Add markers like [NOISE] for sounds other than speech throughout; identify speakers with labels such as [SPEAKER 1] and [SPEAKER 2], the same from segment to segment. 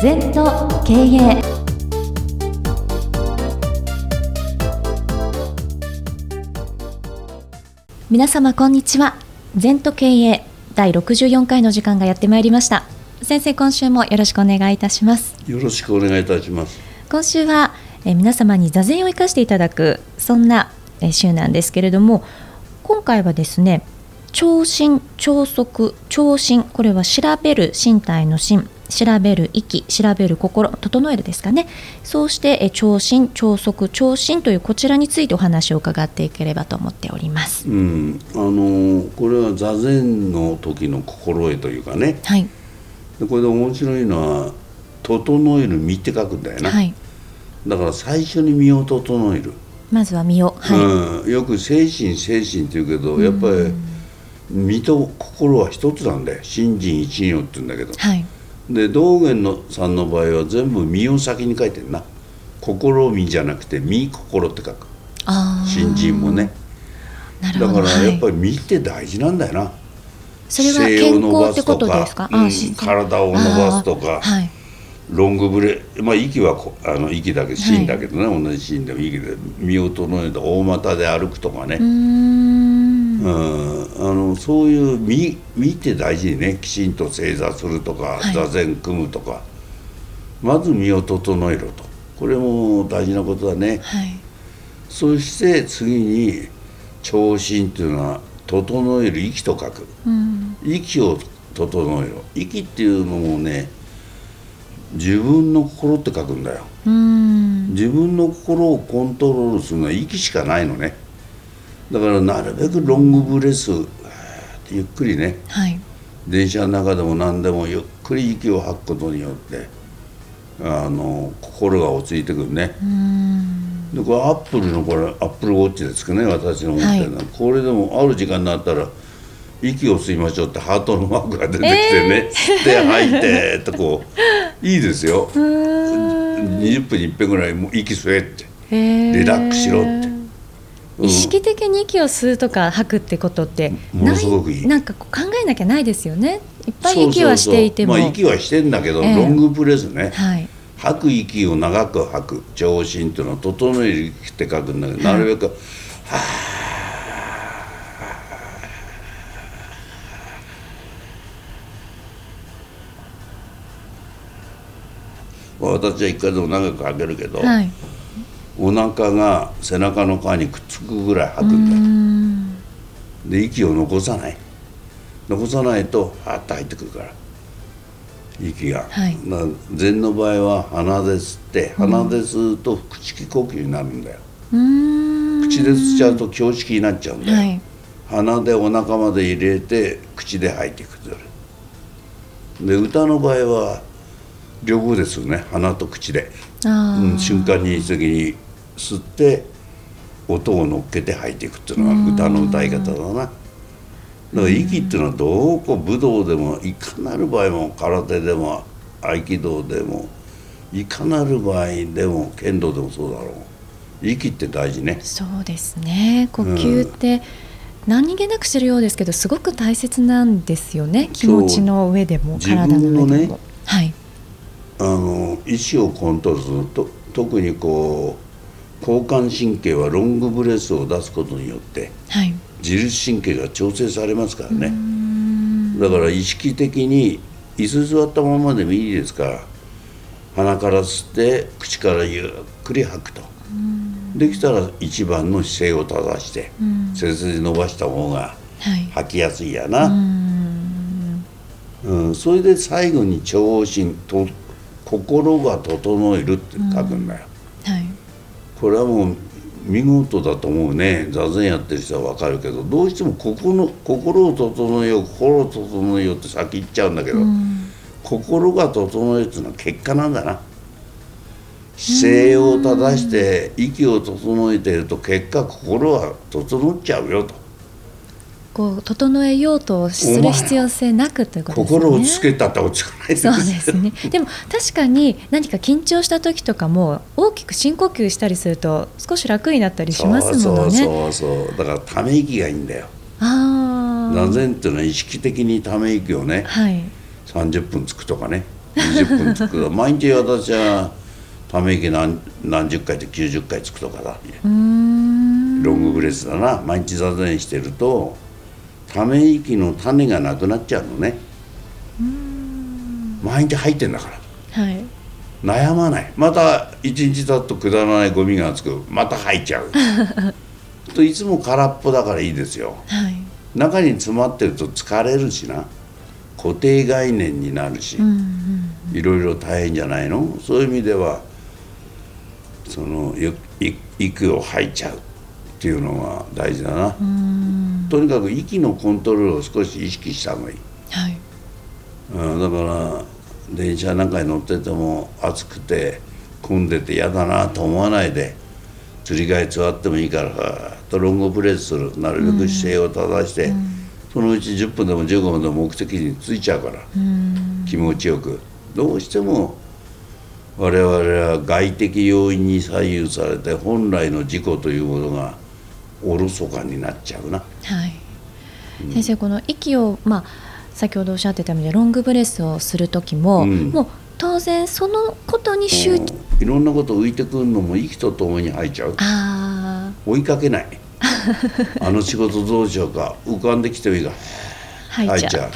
[SPEAKER 1] 禅と経営皆様こんにちは禅と経営第64回の時間がやってまいりました先生今週もよろしくお願いいたします
[SPEAKER 2] よろしくお願いいたします。
[SPEAKER 1] 今週は、えー皆様に座禅を生かしていただくそんな、えー週なんですけれども今回はですね聴診聴測聴診これは調べる身体の心調べる息調べる心整えるですかねそうしてえー聴診聴測聴診というこちらについてお話を伺っていければと思っております。
[SPEAKER 2] うん、あのこれは座禅の時の心得というかね。
[SPEAKER 1] はい、
[SPEAKER 2] でこれで面白いのは整える身って書くんだよな。
[SPEAKER 1] はい、
[SPEAKER 2] だから最初に身を整える。
[SPEAKER 1] まずは身を、はい
[SPEAKER 2] うん、よく精神精神って言うけど、やっぱり身と心は一つなんだよ。心身一如って言うんだけど。
[SPEAKER 1] はい
[SPEAKER 2] で道元のさんの場合は全部身を先に書いてんな。心身じゃなくて身心って書く。
[SPEAKER 1] あー
[SPEAKER 2] 新人もね。
[SPEAKER 1] なる
[SPEAKER 2] だ
[SPEAKER 1] ほ
[SPEAKER 2] か
[SPEAKER 1] ど
[SPEAKER 2] ら
[SPEAKER 1] は
[SPEAKER 2] やっ
[SPEAKER 1] い
[SPEAKER 2] ぱり身って大事なんだよな。
[SPEAKER 1] それは
[SPEAKER 2] 姿勢を
[SPEAKER 1] 健
[SPEAKER 2] 伸ば
[SPEAKER 1] 康っ
[SPEAKER 2] す
[SPEAKER 1] て
[SPEAKER 2] と
[SPEAKER 1] こ
[SPEAKER 2] か
[SPEAKER 1] とですか、
[SPEAKER 2] うん
[SPEAKER 1] あーし
[SPEAKER 2] 体を伸ばすとか
[SPEAKER 1] あーはい
[SPEAKER 2] ロングブレまあ息はこあの息だけシーンだけどね、同じシーンでも息で身を整えて大股で歩くとかね、
[SPEAKER 1] うーん
[SPEAKER 2] うんあのそういう身身って大事ねきちんと正座するとか、
[SPEAKER 1] はい
[SPEAKER 2] 座禅組むとかまず身を整えろとこれも大事なことだね
[SPEAKER 1] はい
[SPEAKER 2] そして次に長身っていうのは整える息と書く
[SPEAKER 1] うん
[SPEAKER 2] 息を整えろ息っていうのもね自分の心って書くんだよ
[SPEAKER 1] うーん
[SPEAKER 2] 自分の心をコントロールするのは息しかないのねだからなるべくロングブレスゆっくりね
[SPEAKER 1] はい
[SPEAKER 2] 電車の中でも何でもゆっくり息を吐くことによってあの心が落ち着いてくるね
[SPEAKER 1] うーん
[SPEAKER 2] でこれアップルのこれアップルウォッチですかね私の持ってるのは、これでもある時間になったら息を吸いましょうってハートのマークが出てきてね、吸って吐いてってこういいですよ
[SPEAKER 1] うーん
[SPEAKER 2] 20分に1遍ぐらいもう息吸えって、
[SPEAKER 1] へー
[SPEAKER 2] リラックスしろってうん
[SPEAKER 1] 意識的に息を吸うとか吐くってことって
[SPEAKER 2] ものすごくいい
[SPEAKER 1] なんかこう考えなきゃないですよねいっぱい
[SPEAKER 2] そうそうそう
[SPEAKER 1] 息はしていても
[SPEAKER 2] まあ、息はしてんだけど、
[SPEAKER 1] ええ
[SPEAKER 2] ロングプレスね
[SPEAKER 1] はい
[SPEAKER 2] 吐く息を長く吐く上身っていうのは整える息って書くんだけどなるべく、はあ私は一回でも長く吐けるけど、
[SPEAKER 1] はい
[SPEAKER 2] お腹が背中の皮にくっつくぐらい吐
[SPEAKER 1] う
[SPEAKER 2] く
[SPEAKER 1] ー
[SPEAKER 2] んだよ
[SPEAKER 1] ん
[SPEAKER 2] で息を残さない残さないとハッと入ってくるから息が、
[SPEAKER 1] はい
[SPEAKER 2] な禅の場合は鼻で吸って鼻で吸うと口気呼吸になるんだよ、
[SPEAKER 1] うーん
[SPEAKER 2] 口で吸っちゃうと胸式になっちゃうんだよ、
[SPEAKER 1] はい
[SPEAKER 2] 鼻でお腹まで入れて口で吐いてくるで歌の場合は両方ですよね鼻と口で、
[SPEAKER 1] あー
[SPEAKER 2] うん、瞬間に一時に吸って音を乗っけて吐いていくっていうのが歌の歌い方だなだから息っていうのはどうこう武道でもいかなる場合も空手でも合気道でもいかなる場合でも剣道でもそうだろう息って大事ね
[SPEAKER 1] そうですね呼吸って何気なくしてるようですけどすごく大切なんですよね気持ちの上でも
[SPEAKER 2] そう
[SPEAKER 1] 体の上で
[SPEAKER 2] 自分
[SPEAKER 1] も、
[SPEAKER 2] のね
[SPEAKER 1] はい
[SPEAKER 2] あの意思をコントロールすると特にこう交感神経はロングブレスを出すことによって
[SPEAKER 1] はい
[SPEAKER 2] 自律神経が調整されますからねだから意識的に椅子座ったままでもいいですから鼻から吸って口からゆっくり吐くとできたら一番の姿勢を正して
[SPEAKER 1] うん
[SPEAKER 2] 背筋伸ばした方が
[SPEAKER 1] はい
[SPEAKER 2] 吐きやすいやな、
[SPEAKER 1] うん
[SPEAKER 2] うん、それで最後に調心と心が整えるって書くんだよ、
[SPEAKER 1] はい
[SPEAKER 2] これはもう見事だと思うね座禅やってる人はわかるけどどうしてもここの心を整えよう心を整えようって先行っちゃうんだけど、
[SPEAKER 1] うん
[SPEAKER 2] 心が整えるっていうのは結果なんだな姿勢を正して息を整えていると結果心は整っちゃうよと
[SPEAKER 1] こう整えようとする必要性なくということですね
[SPEAKER 2] 心をつけたって落ち着かないです
[SPEAKER 1] そうですねでも確かに何か緊張した時とかも大きく深呼吸したりすると少し楽になったりしますものね
[SPEAKER 2] そうそうそうだからため息がいいんだよ
[SPEAKER 1] ああ
[SPEAKER 2] 座禅っていうのは意識的にため息をね
[SPEAKER 1] はい
[SPEAKER 2] 30分つくとかね20分つ
[SPEAKER 1] [LAUGHS]
[SPEAKER 2] く毎日私はため息何何十回と90回つくとかだ
[SPEAKER 1] うーん
[SPEAKER 2] ロングブレスだな毎日座禅してるとため息の種がなくなっちゃうのね毎日入ってんだから
[SPEAKER 1] はい
[SPEAKER 2] 悩まないまた一日経っとくだらないゴミがつくまた入っちゃ
[SPEAKER 1] [LAUGHS]
[SPEAKER 2] うといつも空っぽだからいいですよ
[SPEAKER 1] はい
[SPEAKER 2] 中に詰まってると疲れるしな固定概念になるし、
[SPEAKER 1] うんうん
[SPEAKER 2] いろいろ大変じゃないのそういう意味ではそのよい息を吐いちゃうっていうのが大事だな、
[SPEAKER 1] うーん
[SPEAKER 2] とにかく息のコントロールを少し意識した方がいい、
[SPEAKER 1] はい
[SPEAKER 2] うん、だから電車なんかに乗ってても暑くて混んでて嫌だなと思わないでつり替え座ってもいいからふーっとロングプレスするなるべく姿勢を正して、そのうち10分でも15分でも目的についちゃうから。
[SPEAKER 1] うーん
[SPEAKER 2] 気持ちよくどうしても我々は外的要因に左右されて本来の自己というものがおろそかになっちゃうな
[SPEAKER 1] はい先生この息をまあ先ほどおっしゃってたみたいにロングブレスをする時も、
[SPEAKER 2] うん
[SPEAKER 1] もう当然そのことに集中、
[SPEAKER 2] いろんなこと浮いてくるのも息とともに入っちゃう
[SPEAKER 1] あ
[SPEAKER 2] 追いか
[SPEAKER 1] [LAUGHS]
[SPEAKER 2] けないあの仕事どうしようか浮かんできてもいいが
[SPEAKER 1] あ入っちゃう
[SPEAKER 2] う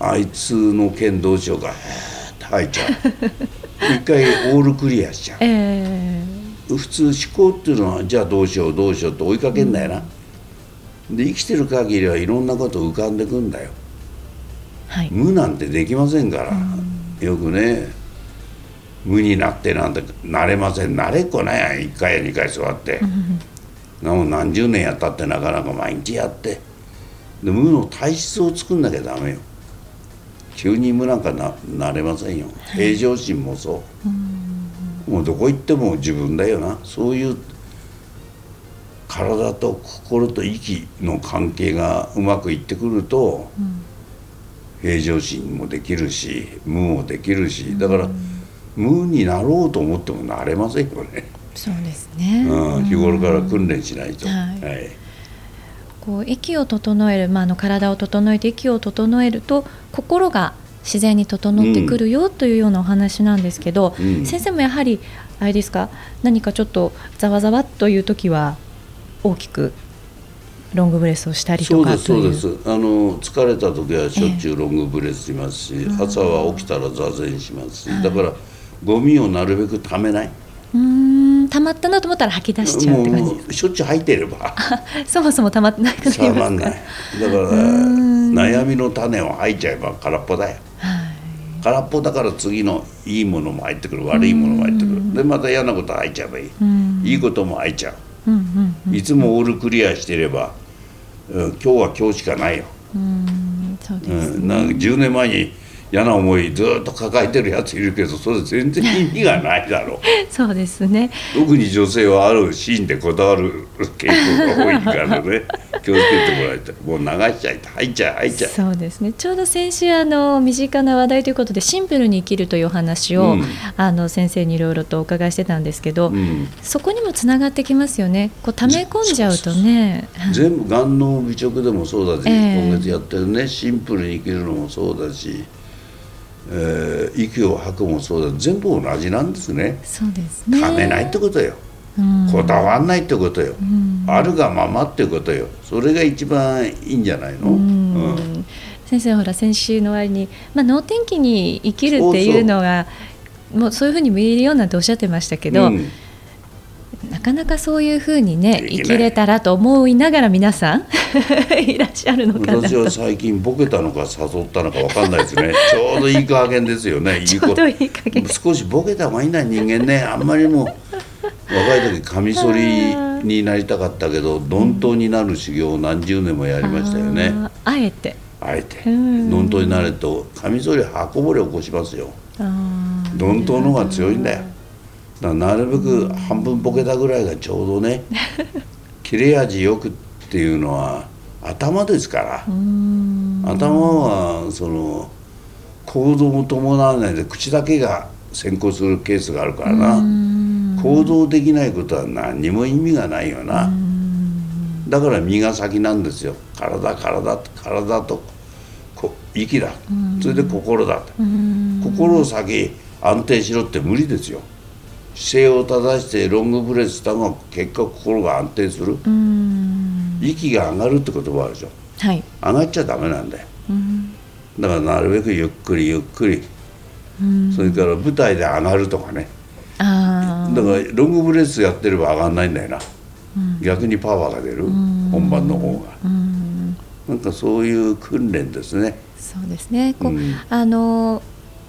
[SPEAKER 2] あいつの件どうしようか入っちゃ
[SPEAKER 1] [LAUGHS]
[SPEAKER 2] う一回オールクリアしちゃう
[SPEAKER 1] え
[SPEAKER 2] 普通思考っていうのはじゃあどうしようどうしようと追いかけんだよな、で生きてる限りはいろんなこと浮かんでくんだよ
[SPEAKER 1] ーはい
[SPEAKER 2] 無なんてできませんから、よくね無になってなんてなれません慣れっこないやん1回や2回座って、なお何十年やったってなかなか毎日やってで無の体質を作んなきゃダメよ急に無なんかななれませんよ平常心もそう、もうどこ行っても自分だよなそういう体と心と息の関係がうまくいってくると、平常心もできるし無もできるしだから、無になろうと思ってもなれませんよね、
[SPEAKER 1] そうですね、
[SPEAKER 2] うん、日頃から訓練しないと、
[SPEAKER 1] はい
[SPEAKER 2] はい
[SPEAKER 1] こう息を整える、まあ、あの体を整えて息を整えると心が自然に整ってくるよというようなお話なんですけど、
[SPEAKER 2] うん
[SPEAKER 1] 先生もやはりあれですか何かちょっとざわざわという時は大きくロングブレスをしたり
[SPEAKER 2] そ
[SPEAKER 1] と
[SPEAKER 2] う
[SPEAKER 1] か
[SPEAKER 2] です
[SPEAKER 1] と
[SPEAKER 2] そう
[SPEAKER 1] い
[SPEAKER 2] で
[SPEAKER 1] う
[SPEAKER 2] すあの疲れた時はしょっちゅうロングブレスしますし、朝は起きたら座禅しますし、だからゴミをなるべくためない、
[SPEAKER 1] うーん溜まったなと思ったら吐き出しちゃう
[SPEAKER 2] も
[SPEAKER 1] って
[SPEAKER 2] う
[SPEAKER 1] 感じ
[SPEAKER 2] もうしょっちゅう吐いてれば
[SPEAKER 1] そもそも溜まってなくなり
[SPEAKER 2] た
[SPEAKER 1] ま
[SPEAKER 2] まん
[SPEAKER 1] すか
[SPEAKER 2] な
[SPEAKER 1] ら
[SPEAKER 2] いだから
[SPEAKER 1] ん
[SPEAKER 2] 悩みの種を吐いちゃえば空っぽだよ
[SPEAKER 1] はい
[SPEAKER 2] 空っぽだから次のいいものも入ってくる悪いものも入ってくるでまた嫌なこと入っちゃえばいい
[SPEAKER 1] うん
[SPEAKER 2] いいことも入っちゃ
[SPEAKER 1] うんうん
[SPEAKER 2] ういつもオールクリアしてれば、うん、今日は今日しかないよ、
[SPEAKER 1] うんそう
[SPEAKER 2] う
[SPEAKER 1] です、
[SPEAKER 2] ん、なんか10年前に嫌な思いずっと抱えてるやついるけどそれ全然意味がな
[SPEAKER 1] [LAUGHS]
[SPEAKER 2] いだろう
[SPEAKER 1] そうですね
[SPEAKER 2] 特に女性はあるシーンでこだわる傾向が多いからね気をつけてもらいたいもう流しちゃいた入っちゃえ入っちゃえ
[SPEAKER 1] そうですねちょうど先週あの身近な話題ということでシンプルに生きるというお話を、
[SPEAKER 2] うん
[SPEAKER 1] あの先生にいろいろとお伺いしてたんですけど、
[SPEAKER 2] うん
[SPEAKER 1] そこにもつながってきますよねこう溜め込んじゃうとね
[SPEAKER 2] 全部顔の美直でもそうだし、
[SPEAKER 1] ええ
[SPEAKER 2] 今月やってるねシンプルに生きるのもそうだし、えー息を吐くもそうだ全部同じなんですね
[SPEAKER 1] そうですね
[SPEAKER 2] ためないってことよ、
[SPEAKER 1] うん
[SPEAKER 2] こだわんないってことよ、あるがままってことよそれが一番いいんじゃないの、
[SPEAKER 1] うん
[SPEAKER 2] うん
[SPEAKER 1] 先生ほら先週の終わりに、まあ、能天気に生きるっていうのがもうそういうふうに見えるようなんておっしゃってましたけど、
[SPEAKER 2] うん
[SPEAKER 1] なかなかそういうふうにね
[SPEAKER 2] できない
[SPEAKER 1] 生きれたらと思いながら皆さん [LAUGHS] いらっしゃるのかな
[SPEAKER 2] 私
[SPEAKER 1] と
[SPEAKER 2] は最近ボケたのか誘ったのかわかんないです
[SPEAKER 1] [LAUGHS]
[SPEAKER 2] ねちょうどいい加減ですよねいい
[SPEAKER 1] ち
[SPEAKER 2] こ
[SPEAKER 1] ょうどいい加減
[SPEAKER 2] 少しボケた方がいいな人間ねあんまりもう若い時カミソリになりたかったけど鈍刀になる修行を何十年もやりましたよね
[SPEAKER 1] あー。あえて。
[SPEAKER 2] あえて
[SPEAKER 1] うん
[SPEAKER 2] 鈍刀になるとカミソリ刃こぼれ起こしますよ
[SPEAKER 1] あー
[SPEAKER 2] 鈍刀の方が強いんだよだからなるべく半分ボケたぐらいがちょうど
[SPEAKER 1] [LAUGHS]
[SPEAKER 2] ね切れ味よくっていうのは頭ですから
[SPEAKER 1] うーん
[SPEAKER 2] 頭はその行動も伴わないで口だけが先行するケースがあるからな、
[SPEAKER 1] うーん
[SPEAKER 2] 行動できないことは何にも意味がないよな、だから身が先なんですよ体体体とこ息だそれで心だと
[SPEAKER 1] うん
[SPEAKER 2] 心を先安定しろって無理ですよ姿勢を正してロングプレスした方が結果心が安定する
[SPEAKER 1] うん
[SPEAKER 2] 息が上がるって言葉あるでしょ
[SPEAKER 1] はい
[SPEAKER 2] 上がっちゃダメなんだよ
[SPEAKER 1] うん
[SPEAKER 2] だからなるべくゆっくりゆっくり
[SPEAKER 1] うん
[SPEAKER 2] それから舞台で上がるとかね
[SPEAKER 1] あ
[SPEAKER 2] だからロングブレスやってれば上がんないんだよな、逆にパワーが出る本番の方が
[SPEAKER 1] あうん
[SPEAKER 2] なんかそういう訓練ですね
[SPEAKER 1] そうですねこう、
[SPEAKER 2] うん
[SPEAKER 1] あの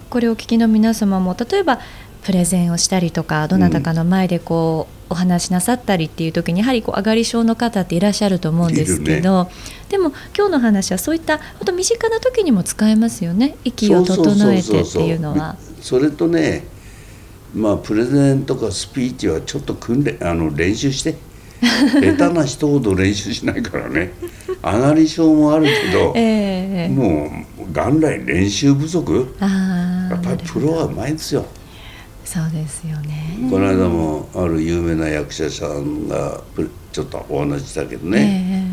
[SPEAKER 1] これをお聞きの皆様も例えばプレゼンをしたりとかどなたかの前でこう、お話しなさったりっていう時にやはりこう上がり症の方っていらっしゃると思うんですけど、でも今日の話はそういった本当身近な時にも使えますよね息を整えてっていうのは。
[SPEAKER 2] それとねまあプレゼンとかスピーチはちょっと訓練あの練習して
[SPEAKER 1] [LAUGHS]
[SPEAKER 2] 下手な人ほど練習しないからね上がり症もあるけど、
[SPEAKER 1] ええ
[SPEAKER 2] もう元来練習不足
[SPEAKER 1] あ
[SPEAKER 2] や
[SPEAKER 1] あ
[SPEAKER 2] っぱりプロはうまいですよ
[SPEAKER 1] そうですよね。
[SPEAKER 2] この間もある有名な役者さんがプレちょっとお話ししたけど
[SPEAKER 1] ええ
[SPEAKER 2] ね、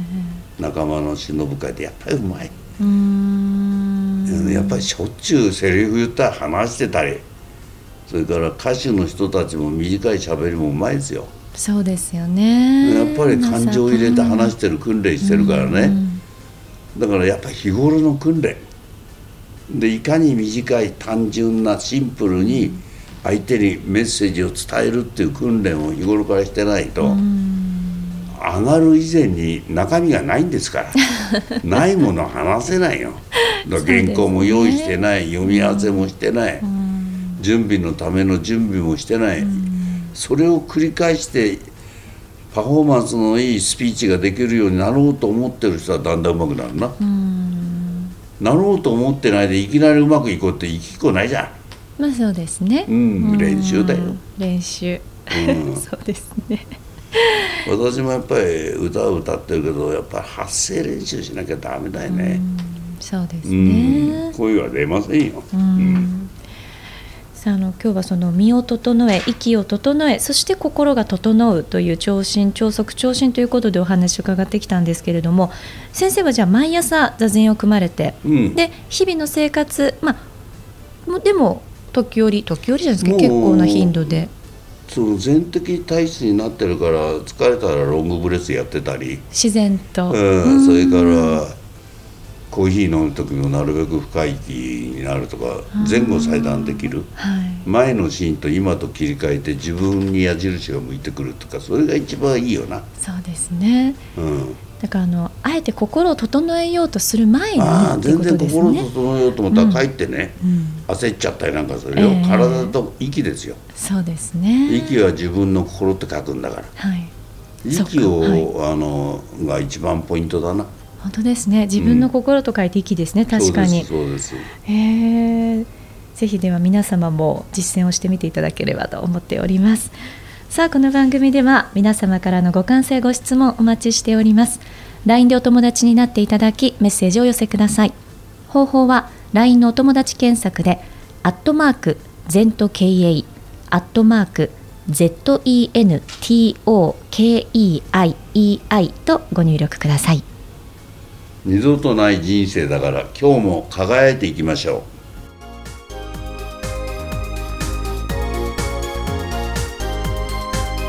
[SPEAKER 1] え
[SPEAKER 2] 仲間の忍ぶ会でやっぱりうまい、
[SPEAKER 1] えうーん
[SPEAKER 2] やっぱりしょっちゅうセリフ言ったり話してたりそれから歌手の人たちも短い喋りもうまいですよ
[SPEAKER 1] そうですよね。
[SPEAKER 2] やっぱり感情を入れて話してる訓練してるから
[SPEAKER 1] う
[SPEAKER 2] ね
[SPEAKER 1] ん
[SPEAKER 2] だからやっぱり日頃の訓練でいかに短い単純なシンプルに相手にメッセージを伝えるっていう訓練を日頃からしてないと、上がる以前に中身がないんですからないものは話せないよだから原稿も用意してない、読み合わせもしてない、準備のための準備もしてない、それを繰り返してパフォーマンスのいいスピーチができるようになろうと思ってる人はだんだん上手くなるな、なろうと思ってないでいきなりうまくいこうっていきっこないじゃ
[SPEAKER 1] まあそうですね。
[SPEAKER 2] ん、うん、練習だよ、
[SPEAKER 1] 練習。
[SPEAKER 2] う
[SPEAKER 1] [LAUGHS]
[SPEAKER 2] ん、
[SPEAKER 1] そうですね。
[SPEAKER 2] 私もやっぱり歌を歌ってるけどやっぱり発声練習しなきゃダメだよね、
[SPEAKER 1] そうです
[SPEAKER 2] うん
[SPEAKER 1] ね。
[SPEAKER 2] 声は出ませんよ、
[SPEAKER 1] うん。さああの今日はその身を整え息を整えそして心が整うという調身調息調身ということでお話を伺ってきたんですけれども先生はじゃあ毎朝座禅を組まれて、
[SPEAKER 2] うん
[SPEAKER 1] で日々の生活まあもでも時折時折じゃないですか
[SPEAKER 2] もう
[SPEAKER 1] 結構な頻度で
[SPEAKER 2] その全的体質になってるから疲れたらロングブレスやってたり、
[SPEAKER 1] 自然と、
[SPEAKER 2] うん
[SPEAKER 1] うん
[SPEAKER 2] それからコーヒー飲む時もなるべく深い息になるとか前後裁断できる
[SPEAKER 1] はい。
[SPEAKER 2] 前のシーンと今と切り替えて自分に矢印が向いてくるとかそれが一番いいよな、
[SPEAKER 1] そうですね。
[SPEAKER 2] うん、
[SPEAKER 1] だからあのあえて心を整えようとする前に
[SPEAKER 2] ああ
[SPEAKER 1] っていう
[SPEAKER 2] 全
[SPEAKER 1] こと
[SPEAKER 2] 然
[SPEAKER 1] です
[SPEAKER 2] 心
[SPEAKER 1] ね。
[SPEAKER 2] 整えようと思ったら帰ってね、
[SPEAKER 1] うん、
[SPEAKER 2] 焦っちゃったりなんかするよ、
[SPEAKER 1] ええ
[SPEAKER 2] 体と息ですよ
[SPEAKER 1] そうですね。
[SPEAKER 2] 息は自分の心って書くんだから
[SPEAKER 1] はい。そっか
[SPEAKER 2] 息を、
[SPEAKER 1] はい
[SPEAKER 2] あのが一番ポイントだな
[SPEAKER 1] 本当ですね。自分の心と書いて息ですね。確かに。
[SPEAKER 2] そうですそうで
[SPEAKER 1] えーぜひでは皆様も実践をしてみていただければと思っておりますさあこの番組では皆様からのご感想ご質問お待ちしております LINE でお友達になっていただきメッセージをお寄せください方法は LINE のお友達検索でアットマーク ZENTOKEI アットマーク ZENTOKEIEI とご入力ください
[SPEAKER 2] す二度とない人生だから今日も輝いていきましょう